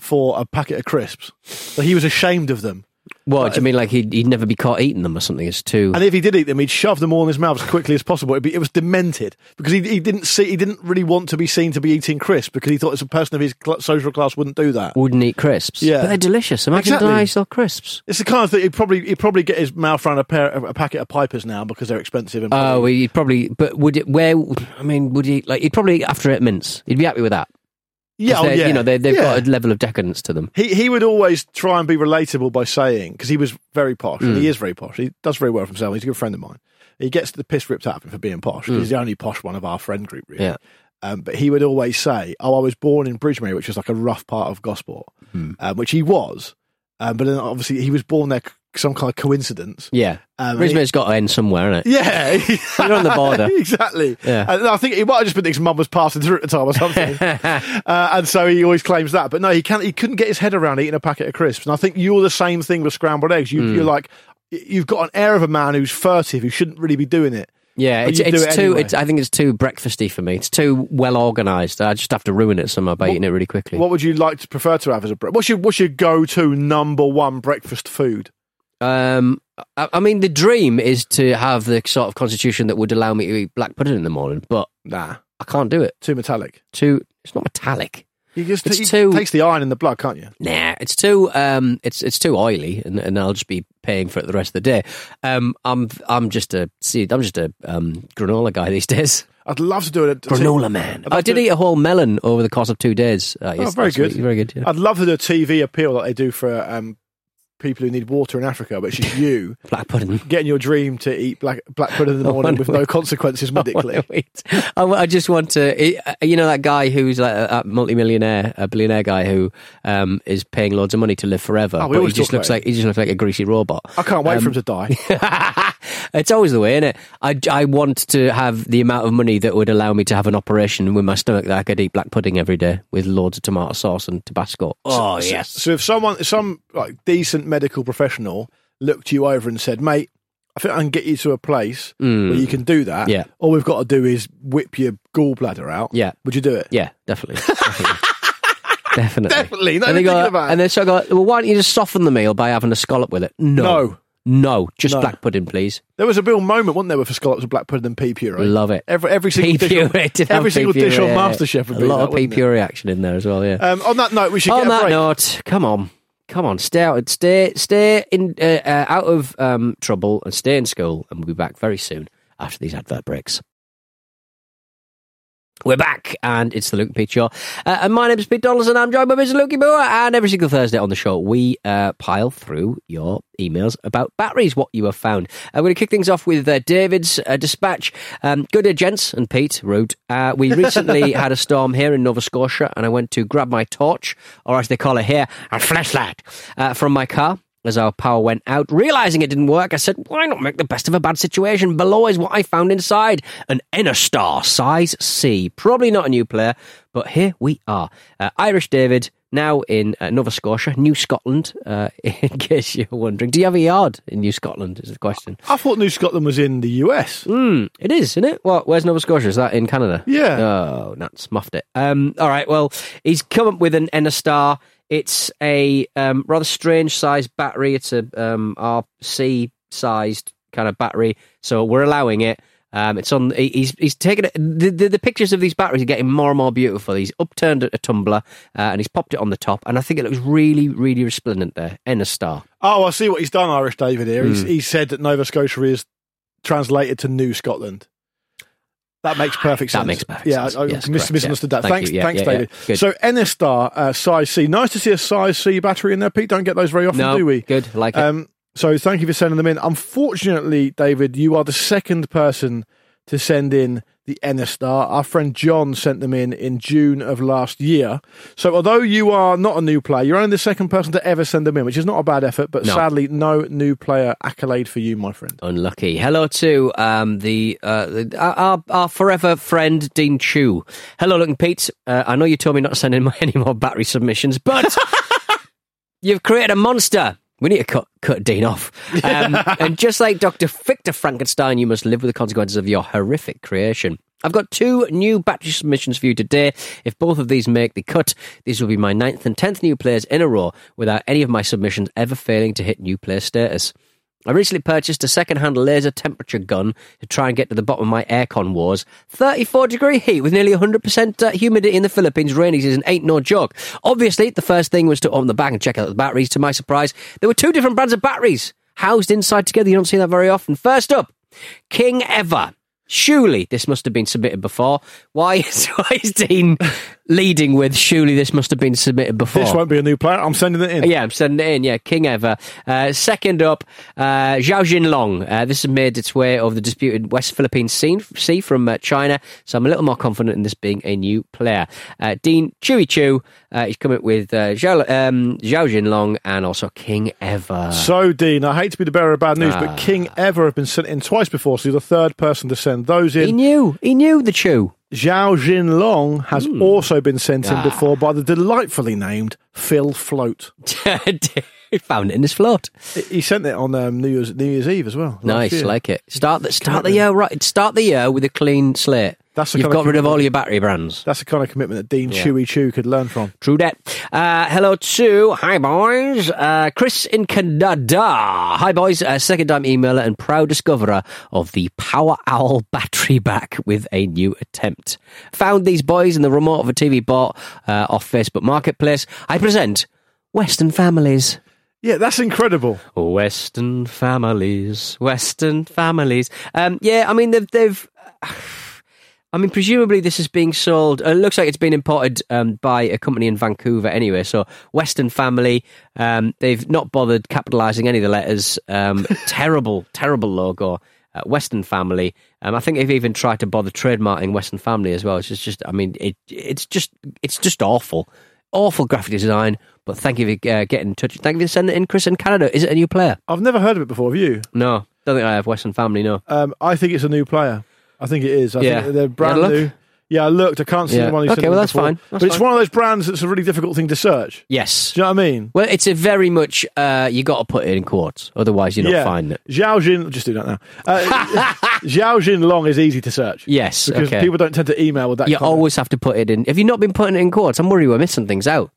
[SPEAKER 2] for a packet of crisps. So he was ashamed of them.
[SPEAKER 3] What do you mean? Like he'd, he'd never be caught eating them or something? It's too.
[SPEAKER 2] And if he did eat them, he'd shove them all in his mouth as quickly as possible. It'd be, it was demented because he, he didn't see, he didn't really want to be seen to be eating crisps because he thought as a person of his cl- social class wouldn't do that.
[SPEAKER 3] Wouldn't eat crisps.
[SPEAKER 2] Yeah.
[SPEAKER 3] but they're delicious. Imagine
[SPEAKER 2] Exactly.
[SPEAKER 3] exactly. I sell crisps.
[SPEAKER 2] It's the kind of thing he'd probably he'd probably get his mouth around a pair a packet of pipers now because they're expensive. And
[SPEAKER 3] Oh, well, he'd probably. But would it? Where? I mean, would he? Like he'd probably eat after eight mints. He'd be happy with that. 'Cause
[SPEAKER 2] yeah, oh,
[SPEAKER 3] they're-
[SPEAKER 2] yeah,
[SPEAKER 3] You know, they they've
[SPEAKER 2] yeah.
[SPEAKER 3] got a level of decadence to them.
[SPEAKER 2] He he would always try and be relatable by saying because he was very posh. and
[SPEAKER 3] Mm.
[SPEAKER 2] He is very posh. He does very well for himself. He's a good friend of mine. He gets the piss ripped out of him for being posh. He's the only posh one of our friend group, really.
[SPEAKER 3] Mm. Yeah.
[SPEAKER 2] Um, but he would always say, "Oh, I was born in Bridgemere, which was like a rough part of Gosport,
[SPEAKER 3] Hmm.
[SPEAKER 2] um, which he was." Um, but then obviously he was born there, c- some kind of coincidence.
[SPEAKER 3] Yeah,
[SPEAKER 2] Um, and he-
[SPEAKER 3] Brisbane's got to end somewhere, isn't it?
[SPEAKER 2] Yeah,
[SPEAKER 3] You're on the border.
[SPEAKER 2] exactly.
[SPEAKER 3] Yeah.
[SPEAKER 2] And I think it might have just been that his mum was passing through at the time or something, uh, and so he always claims that. But no, he can't. He couldn't get his head around eating a packet of crisps. And I think you're the same thing with scrambled eggs. You,
[SPEAKER 3] Hmm.
[SPEAKER 2] You're like, you've got an air of a man who's furtive, who shouldn't really be doing it.
[SPEAKER 3] Yeah,
[SPEAKER 2] But
[SPEAKER 3] it's,
[SPEAKER 2] you do
[SPEAKER 3] it's
[SPEAKER 2] it
[SPEAKER 3] too.
[SPEAKER 2] anyway.
[SPEAKER 3] It's, I think it's too breakfasty for me. It's too well organised. I just have to ruin it somehow by eating it really quickly.
[SPEAKER 2] What would you like to prefer to have as a breakfast? What's your What's your go to number one breakfast food?
[SPEAKER 3] Um, I, I mean, the dream is to have the sort of constitution that would allow me to eat black pudding in the morning, but
[SPEAKER 2] Nah,
[SPEAKER 3] I can't do it.
[SPEAKER 2] too metallic.
[SPEAKER 3] Too. It's not metallic.
[SPEAKER 2] You just
[SPEAKER 3] It's
[SPEAKER 2] you
[SPEAKER 3] too-
[SPEAKER 2] takes the iron in the blood, can't you?
[SPEAKER 3] Nah, it's too. Um, it's it's too oily, and, and I'll just be paying for it the rest of the day. Um, I'm I'm just a see. I'm just a um granola guy these days.
[SPEAKER 2] I'd love to do it.
[SPEAKER 3] Granola man.
[SPEAKER 2] I'd
[SPEAKER 3] I
[SPEAKER 2] love
[SPEAKER 3] did
[SPEAKER 2] to-
[SPEAKER 3] eat a whole melon over the course of two days. Uh,
[SPEAKER 2] Oh,
[SPEAKER 3] yes,
[SPEAKER 2] very
[SPEAKER 3] last week.
[SPEAKER 2] good.
[SPEAKER 3] Very good. Yeah.
[SPEAKER 2] I'd love to do a TV appeal like they do for um, people who need water in Africa, which is you
[SPEAKER 3] Black pudding.
[SPEAKER 2] getting your dream to eat black black pudding in the
[SPEAKER 3] Oh, I Oh,
[SPEAKER 2] morning
[SPEAKER 3] wonder
[SPEAKER 2] with no
[SPEAKER 3] what-
[SPEAKER 2] consequences medically.
[SPEAKER 3] Wait. I, w- I just want to, i- you know, that guy who's like a, a multimillionaire, a billionaire guy who um, is paying loads of money to live forever,
[SPEAKER 2] Oh, we
[SPEAKER 3] but he
[SPEAKER 2] always
[SPEAKER 3] just
[SPEAKER 2] talk
[SPEAKER 3] looks
[SPEAKER 2] about
[SPEAKER 3] like he just looks like a greasy robot.
[SPEAKER 2] I can't wait for
[SPEAKER 3] Um,
[SPEAKER 2] him to die.
[SPEAKER 3] it's always the way, isn't it? I, I want to have the amount of money that would allow me to have an operation with my stomach that I could eat black pudding every day with loads of tomato sauce and Tabasco. Oh yes,
[SPEAKER 2] So if someone, if some like decent medical professional looked you over and said, "Mate, I think I can get you to a place where you can do that.
[SPEAKER 3] Mm. Yeah.
[SPEAKER 2] All we've got to do is whip your gallbladder out.
[SPEAKER 3] Yeah.
[SPEAKER 2] Would you do it?
[SPEAKER 3] yeah, definitely. Definitely. Definitely.
[SPEAKER 2] Definitely, not
[SPEAKER 3] and, they
[SPEAKER 2] even thinking
[SPEAKER 3] go,
[SPEAKER 2] about it.
[SPEAKER 3] and then so I go, well, why don't you just soften the meal by having a scallop with it? No.
[SPEAKER 2] No.
[SPEAKER 3] No, just
[SPEAKER 2] No.
[SPEAKER 3] black pudding, please.
[SPEAKER 2] There was a real moment, wasn't there, with scallops of black pudding and pea puree?
[SPEAKER 3] Love it.
[SPEAKER 2] Every every single
[SPEAKER 3] Pea
[SPEAKER 2] dish, on-
[SPEAKER 3] puree, did have
[SPEAKER 2] every
[SPEAKER 3] pea
[SPEAKER 2] single dish on
[SPEAKER 3] puree.
[SPEAKER 2] MasterChef would
[SPEAKER 3] A
[SPEAKER 2] be
[SPEAKER 3] lot
[SPEAKER 2] that,
[SPEAKER 3] of pea
[SPEAKER 2] wouldn't it?
[SPEAKER 3] puree action in there as well, yeah.
[SPEAKER 2] Um, on that note, we should
[SPEAKER 3] On
[SPEAKER 2] get a
[SPEAKER 3] that
[SPEAKER 2] break.
[SPEAKER 3] note, come on, come on, stay out, stay, stay in, uh, uh, out of um, trouble and stay in school, and we'll be back very soon after these advert breaks. We're back, and it's the Luke and Pete Show. Uh, and my name is Pete Donaldson. I'm joined by Mr. Lukey Moore. And every single Thursday on the show, we uh, pile through your emails about batteries, what you have found. Uh, we're going to kick things off with uh, David's uh, dispatch. Um, good day, gents, and Pete, rude. Uh, we recently had a storm here in Nova Scotia, and I went to grab my torch, or as they call it here, a flashlight, uh, from my car. As our power went out, realizing it didn't work, I said, Why not make the best of a bad situation? Below is what I found inside an Enerstar size C. Probably not a new player, but here we are. Uh, Irish David, now in uh, Nova Scotia, New Scotland, uh, in case you're wondering. Do you have a yard in New Scotland? Is the question.
[SPEAKER 2] I thought New Scotland was in the US.
[SPEAKER 3] Hmm, it is, isn't it? Well, where's Nova Scotia? Is that in Canada?
[SPEAKER 2] Yeah.
[SPEAKER 3] Oh, nuts. Muffed it. Um, all right. Well, he's come up with an Enerstar. It's a um, rather strange sized battery. It's a um, RC sized kind of battery. So we're allowing it. Um, it's on. he- He's he's taken it. The, the, the pictures of these batteries are getting more and more beautiful. He's upturned a tumbler uh, and he's popped it on the top, and I think it looks really, really resplendent there. Enerstar.
[SPEAKER 2] Oh, I see what he's done, Irish David here.
[SPEAKER 3] Mm.
[SPEAKER 2] He's, he's said that Nova Scotia is translated to New Scotland. That makes perfect
[SPEAKER 3] That
[SPEAKER 2] sense.
[SPEAKER 3] makes perfect
[SPEAKER 2] yeah,
[SPEAKER 3] sense.
[SPEAKER 2] I, I
[SPEAKER 3] Yes,
[SPEAKER 2] mis-
[SPEAKER 3] correct,
[SPEAKER 2] misunderstood
[SPEAKER 3] yeah.
[SPEAKER 2] that.
[SPEAKER 3] Thank
[SPEAKER 2] thanks,
[SPEAKER 3] you. Yeah,
[SPEAKER 2] thanks,
[SPEAKER 3] yeah,
[SPEAKER 2] David.
[SPEAKER 3] yeah. Good.
[SPEAKER 2] So, Enistar uh, size C. Nice to see a size C battery in there, Pete. Don't get those very often,
[SPEAKER 3] no,
[SPEAKER 2] do we?
[SPEAKER 3] good. Like it.
[SPEAKER 2] Um, so, thank you for sending them in. Unfortunately, David, you are the second person to send in the Enistar. Our friend John sent them in in June of last year. So, although you are not a new player, you're only the second person to ever send them in, which is not a bad effort, but
[SPEAKER 3] No.
[SPEAKER 2] sadly, no new player accolade for you, my friend.
[SPEAKER 3] Unlucky. Hello to um, the, uh, the our- our, our forever friend Dean Chu. Hello, looking Pete. Uh, I know you told me not to send in my- any more battery submissions, but you've created a monster. We need to cut, cut Dean off. Um, and just like Dr. Victor Frankenstein, you must live with the consequences of your horrific creation. I've got two new battery submissions for you today. If both of these make the cut, these will be my ninth and tenth new players in a row without any of my submissions ever failing to hit new player status. I recently purchased a second-hand laser temperature gun to try and get to the bottom of my aircon wars. 34 degree heat with nearly 100% uh, humidity in the Philippines rainy season ain't no joke. Obviously, the first thing was to open the bag and check out the batteries. To my surprise, there were two different brands of batteries housed inside together. You don't see that very often. First up, King Ever. Surely this must have been submitted before. Why is, why is Dean leading with surely this must have been submitted before?
[SPEAKER 2] This won't be a new player. I'm sending it in.
[SPEAKER 3] Oh. Uh, Yeah, I'm sending it in. Yeah, King Ever. Uh, second up, uh, Zhao Jinlong. Uh, this has made its way over the disputed West Philippine scene, sea from uh, China, so I'm a little more confident in this being a new player. Uh, Dean Chewy Chew, uh, he's coming up with uh, Zhao, um, Zhao Jinlong and also King Ever.
[SPEAKER 2] So, Dean, I hate to be the bearer of bad news,
[SPEAKER 3] Ah.
[SPEAKER 2] but King Ever have been sent in twice before, so you're the third person to send those
[SPEAKER 3] He
[SPEAKER 2] in.
[SPEAKER 3] knew. He knew the Chew.
[SPEAKER 2] Zhao Jinlong has
[SPEAKER 3] Hmm.
[SPEAKER 2] also been sent
[SPEAKER 3] Ah.
[SPEAKER 2] in before by the delightfully named Phil Float.
[SPEAKER 3] he found it in his float.
[SPEAKER 2] He sent it on um, New Year's New Year's Eve as well. last
[SPEAKER 3] Nice,
[SPEAKER 2] year.
[SPEAKER 3] like it. Start the start the year right. Start the year with a clean slate.
[SPEAKER 2] That's the
[SPEAKER 3] You've
[SPEAKER 2] kind of
[SPEAKER 3] got rid of
[SPEAKER 2] commitment-
[SPEAKER 3] all your battery brands.
[SPEAKER 2] That's the kind of commitment that Dean Chewy Chew could learn from.
[SPEAKER 3] True that. Uh, hello to hi boys, uh, Chris in Canada. Hi boys, uh, second time emailer and proud discoverer of the Power Owl battery back with a new attempt. Found these boys in the remote of a TV bot uh, off Facebook Marketplace. I present Western Families.
[SPEAKER 2] Yeah, that's incredible.
[SPEAKER 3] Western families, Western families. Um, yeah, I mean they've they've. I mean, presumably this is being sold. uh, It looks like it's been imported um, by a company in Vancouver, anyway. So Western Family, um, they've not bothered capitalizing any of the letters. Um, terrible, terrible logo. Uh, Western Family. Um, I think they've even tried to bother trademarking Western Family as well. It's just, just I mean, it, it's just, it's just awful, awful graphic design. But thank you for uh, getting in touch. Thank you for sending it in, Chris in Canada. Is it a new player?
[SPEAKER 2] I've never heard of it before. Have you?
[SPEAKER 3] No, don't think I have Western Family. No.
[SPEAKER 2] Um, I think it's a new player. I think it is. I
[SPEAKER 3] Yeah.
[SPEAKER 2] think they're
[SPEAKER 3] You
[SPEAKER 2] brand
[SPEAKER 3] had a look?
[SPEAKER 2] new. Yeah, I looked. I can't see
[SPEAKER 3] Yeah.
[SPEAKER 2] the one who
[SPEAKER 3] Okay,
[SPEAKER 2] sent
[SPEAKER 3] well,
[SPEAKER 2] it
[SPEAKER 3] that's
[SPEAKER 2] before.
[SPEAKER 3] fine. That's
[SPEAKER 2] but it's
[SPEAKER 3] fine.
[SPEAKER 2] one of those brands that's a really difficult thing to search.
[SPEAKER 3] Yes.
[SPEAKER 2] Do you know what I mean?
[SPEAKER 3] Well, it's a very much uh, you got to put it in quotes, otherwise you're not finding it.
[SPEAKER 2] Zhao Jin, just do that now. Uh, Zhao Jin Long is easy to search.
[SPEAKER 3] Yes,
[SPEAKER 2] because
[SPEAKER 3] okay.
[SPEAKER 2] people don't tend to email with that.
[SPEAKER 3] You
[SPEAKER 2] Yeah, comment.
[SPEAKER 3] always have to put it in. Have you not been putting it in quotes? I'm worried we're missing things out.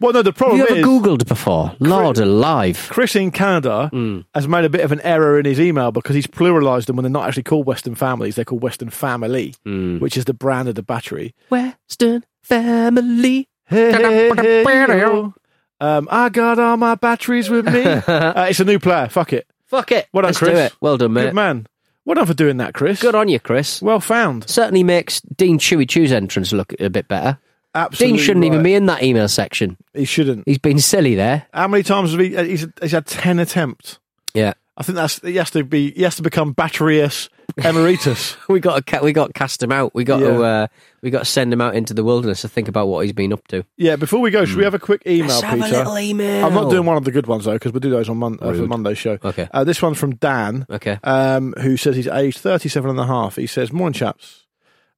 [SPEAKER 2] Well, no, the
[SPEAKER 3] Have
[SPEAKER 2] problem
[SPEAKER 3] you ever
[SPEAKER 2] is
[SPEAKER 3] Googled before? Lord alive.
[SPEAKER 2] Chris in Canada
[SPEAKER 3] Hmm.
[SPEAKER 2] has made a bit of an error in his email because he's pluralised them when they're not actually called Western Families; they're called Western Family,
[SPEAKER 3] Hmm.
[SPEAKER 2] which is the brand of the battery.
[SPEAKER 3] Western family.
[SPEAKER 2] Hey, hey, hey, yo. um, I got all my batteries with me. uh, it's a new player. Fuck it.
[SPEAKER 3] Fuck it.
[SPEAKER 2] Well done,
[SPEAKER 3] Let's
[SPEAKER 2] Chris.
[SPEAKER 3] do it. Well done, mate.
[SPEAKER 2] Good man. Well done for doing that, Chris.
[SPEAKER 3] Good on you, Chris.
[SPEAKER 2] Well found.
[SPEAKER 3] Certainly makes Dean Chewy Chew's entrance look a bit better.
[SPEAKER 2] Absolutely.
[SPEAKER 3] Dean shouldn't even
[SPEAKER 2] right.
[SPEAKER 3] be in that email section.
[SPEAKER 2] He shouldn't.
[SPEAKER 3] He's been silly there.
[SPEAKER 2] How many times has he? uh, He's, he's had ten attempts.
[SPEAKER 3] Yeah.
[SPEAKER 2] I think that's he has to be. He has to become batterius emeritus.
[SPEAKER 3] We got to ca- we got to cast him out. We got to uh, we got to send him out into the wilderness to think about what he's been up to.
[SPEAKER 2] yeah. Before we go, should
[SPEAKER 3] Hmm.
[SPEAKER 2] we have a quick email, Peter?
[SPEAKER 3] email.
[SPEAKER 2] I'm not doing one of the good ones though because we'll do those on Mon- uh, for
[SPEAKER 3] Rude.
[SPEAKER 2] Monday's show.
[SPEAKER 3] Okay.
[SPEAKER 2] Uh, this one's from Dan.
[SPEAKER 3] Okay.
[SPEAKER 2] um, who says he's aged 37 and a half. He says, Morning, chaps.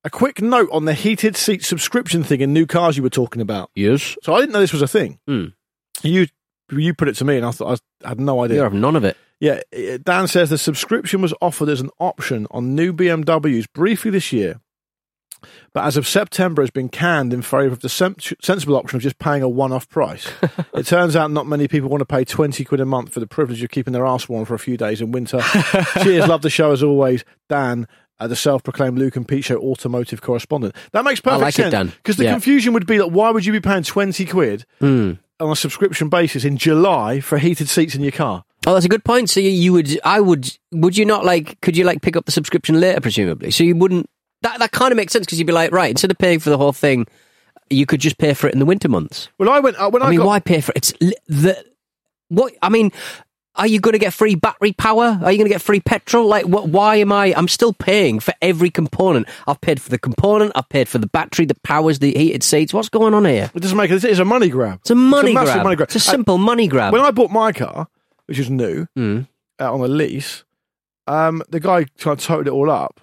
[SPEAKER 2] A quick note on the heated seat subscription thing in new cars you were talking about.
[SPEAKER 3] Yes.
[SPEAKER 2] So I didn't know this was a thing.
[SPEAKER 3] Hmm.
[SPEAKER 2] You you put it to me, and I thought I had no
[SPEAKER 3] You
[SPEAKER 2] idea.
[SPEAKER 3] have none of it.
[SPEAKER 2] Yeah, eh, Dan says the subscription was offered as an option on new BMWs briefly this year, but as of September has been canned in favour of the sem- sensible option of just paying a one-off price. it turns out not many people want to pay twenty quid a month for the privilege of keeping their arse warm for a few days in winter. Cheers, love the show as always, Dan. Uh, the self-proclaimed Luke and Pete Show automotive correspondent. That makes perfect
[SPEAKER 3] like it,
[SPEAKER 2] sense
[SPEAKER 3] Dan.
[SPEAKER 2] because the
[SPEAKER 3] Yeah. Hmm.
[SPEAKER 2] confusion would be that why would you be paying twenty quid on a subscription basis in July for heated seats in your car?
[SPEAKER 3] Oh, that's a good point. So you, you would, I would, would you not like? Could you like pick up the subscription later, presumably? So you wouldn't. That that kind of makes sense because you'd be like, right, instead of paying for the whole thing, you could just pay for it in the winter months.
[SPEAKER 2] Well, I went uh, when I,
[SPEAKER 3] I mean,
[SPEAKER 2] got,
[SPEAKER 3] why pay for it? It's li- the what? I mean, are you going to get free battery power? Are you going to get free petrol? Like, what? Why am I? I'm still paying for every component. I've paid for the component. I've paid for the battery that powers the heated seats. What's going on here?
[SPEAKER 2] It doesn't make it. It's a money grab.
[SPEAKER 3] It's a money
[SPEAKER 2] massive
[SPEAKER 3] grab.
[SPEAKER 2] money grab.
[SPEAKER 3] It's a simple Hmm. money grab.
[SPEAKER 2] when I bought my car, which
[SPEAKER 3] Hmm.
[SPEAKER 2] is new uh, on a lease, um, the guy kind of totaled it all up,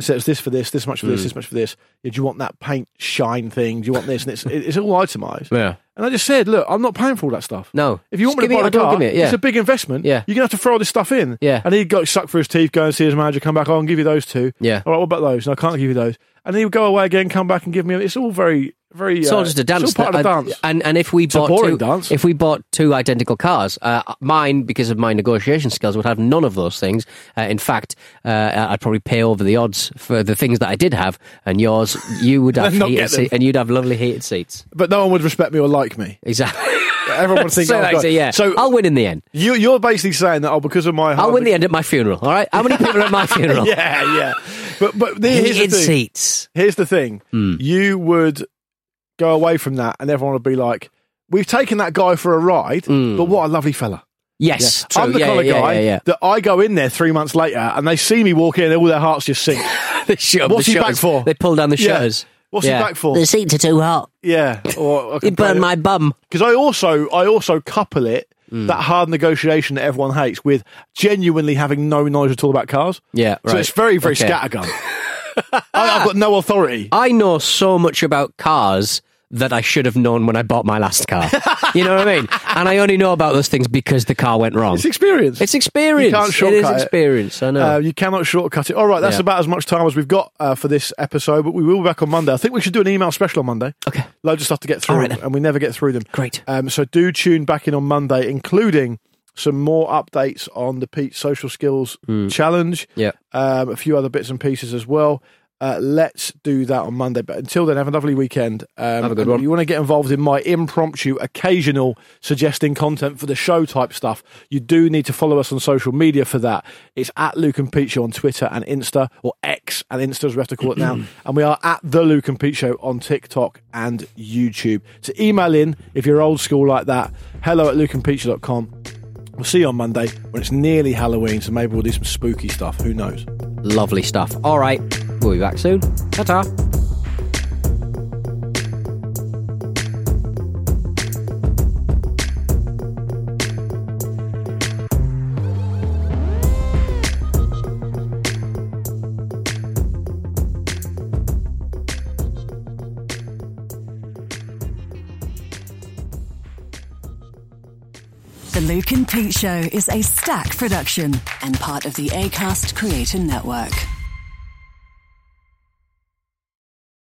[SPEAKER 2] So it's this for this, this much for this, this much for this. Yeah, do you want that paint shine thing? Do you want this? And it's it- it's all itemized.
[SPEAKER 3] Yeah.
[SPEAKER 2] And I just said, look, I'm not paying for all that stuff.
[SPEAKER 3] No.
[SPEAKER 2] If you want me to
[SPEAKER 3] Just give
[SPEAKER 2] buy
[SPEAKER 3] me-
[SPEAKER 2] the
[SPEAKER 3] I don't
[SPEAKER 2] car,
[SPEAKER 3] give me it, yeah.
[SPEAKER 2] it's a big investment.
[SPEAKER 3] Yeah.
[SPEAKER 2] You're going to have to throw all this stuff in.
[SPEAKER 3] Yeah.
[SPEAKER 2] And he'd go suck for his teeth, go and see his manager, come back, oh, and give you those two.
[SPEAKER 3] Yeah.
[SPEAKER 2] All right, what about those? No, I can't give you those. And he would go away again, come back and give me. It's all very, very.
[SPEAKER 3] It's
[SPEAKER 2] uh,
[SPEAKER 3] all just a dance.
[SPEAKER 2] It's all part of the
[SPEAKER 3] that I-
[SPEAKER 2] dance.
[SPEAKER 3] And and if we
[SPEAKER 2] a
[SPEAKER 3] bought
[SPEAKER 2] boring
[SPEAKER 3] two,
[SPEAKER 2] dance.
[SPEAKER 3] if we bought two identical cars, uh, mine because of my negotiation skills would have none of those things. Uh, in fact, uh, I'd probably pay over the odds for the things that I did have, and yours you would have
[SPEAKER 2] And not
[SPEAKER 3] heated
[SPEAKER 2] get them.
[SPEAKER 3] seats, and you'd have lovely heated seats.
[SPEAKER 2] but no one would respect me or like me.
[SPEAKER 3] Exactly.
[SPEAKER 2] Everyone would think,
[SPEAKER 3] so,
[SPEAKER 2] oh,
[SPEAKER 3] like,
[SPEAKER 2] God.
[SPEAKER 3] so, yeah.
[SPEAKER 2] So
[SPEAKER 3] I'll win in the end.
[SPEAKER 2] you, you're basically saying that, oh, because of my.
[SPEAKER 3] I'll
[SPEAKER 2] hard-
[SPEAKER 3] win the end at my funeral. All right. How many people are at my funeral?
[SPEAKER 2] Yeah, yeah. But but here's
[SPEAKER 3] Heated
[SPEAKER 2] the thing.
[SPEAKER 3] seats.
[SPEAKER 2] Here's the thing.
[SPEAKER 3] Hmm.
[SPEAKER 2] You would go away from that, and everyone would be like, "We've taken that guy for a ride, but what a lovely fella."
[SPEAKER 3] Yes.
[SPEAKER 2] I'm
[SPEAKER 3] Hmm. true.
[SPEAKER 2] the
[SPEAKER 3] yeah,
[SPEAKER 2] kind of
[SPEAKER 3] yeah,
[SPEAKER 2] guy
[SPEAKER 3] Yeah, yeah.
[SPEAKER 2] that I go in there three months later, and they see me walk in, and all their hearts just sink.
[SPEAKER 3] They shut up
[SPEAKER 2] What's
[SPEAKER 3] the
[SPEAKER 2] he back
[SPEAKER 3] shutters.
[SPEAKER 2] for?
[SPEAKER 3] They pull down the
[SPEAKER 2] Yeah.
[SPEAKER 3] shutters.
[SPEAKER 2] What's he back for?
[SPEAKER 3] The seats are too hot.
[SPEAKER 2] yeah, or
[SPEAKER 3] It burned my Hmm. bum.
[SPEAKER 2] because I also I also couple it that hard negotiation that everyone hates with genuinely having no knowledge at all about cars.
[SPEAKER 3] Yeah,
[SPEAKER 2] So
[SPEAKER 3] right.
[SPEAKER 2] it's very very
[SPEAKER 3] Okay.
[SPEAKER 2] scattergun. I, I've got no authority.
[SPEAKER 3] I know so much about cars that I should have known when I bought my last car. you know what I mean? And I only know about those things because the car went wrong.
[SPEAKER 2] It's experience.
[SPEAKER 3] It's experience.
[SPEAKER 2] You can't
[SPEAKER 3] it is
[SPEAKER 2] shortcut it.
[SPEAKER 3] experience. I know.
[SPEAKER 2] Uh, you cannot shortcut it. All right, that's
[SPEAKER 3] Yeah.
[SPEAKER 2] about as much time as we've got uh, for this episode, but we will be back on Monday. I think we should do an email special on Monday.
[SPEAKER 3] okay.
[SPEAKER 2] Loads of stuff to get through,
[SPEAKER 3] All right then.
[SPEAKER 2] and we never get through them.
[SPEAKER 3] Great.
[SPEAKER 2] Um, so do tune back in on Monday, including some more updates on the Pete Social Skills Challenge.
[SPEAKER 3] Hmm. Yeah.
[SPEAKER 2] Um, a few other bits and pieces as well. Uh, let's do that on Monday. But until then, have a lovely weekend. Um,
[SPEAKER 3] Have a good
[SPEAKER 2] and
[SPEAKER 3] one.
[SPEAKER 2] if You want to get involved in my impromptu, occasional suggesting content for the show type stuff? You do need to follow us on social media for that. It's at Luke and Pete Show on Twitter and Insta, or X and Insta as we have to call it now. And we are at the Luke and Pete Show on TikTok and YouTube. So email in if you're old school like that. Hello at lukeandpeacher.com. We'll see you on Monday when it's nearly Halloween, so maybe we'll do some spooky stuff. Who knows?
[SPEAKER 3] Lovely stuff. All right. We'll be back soon. Ta ta.
[SPEAKER 4] The Luke and Pete Show is a stack production and part of the ACAST Creator Network.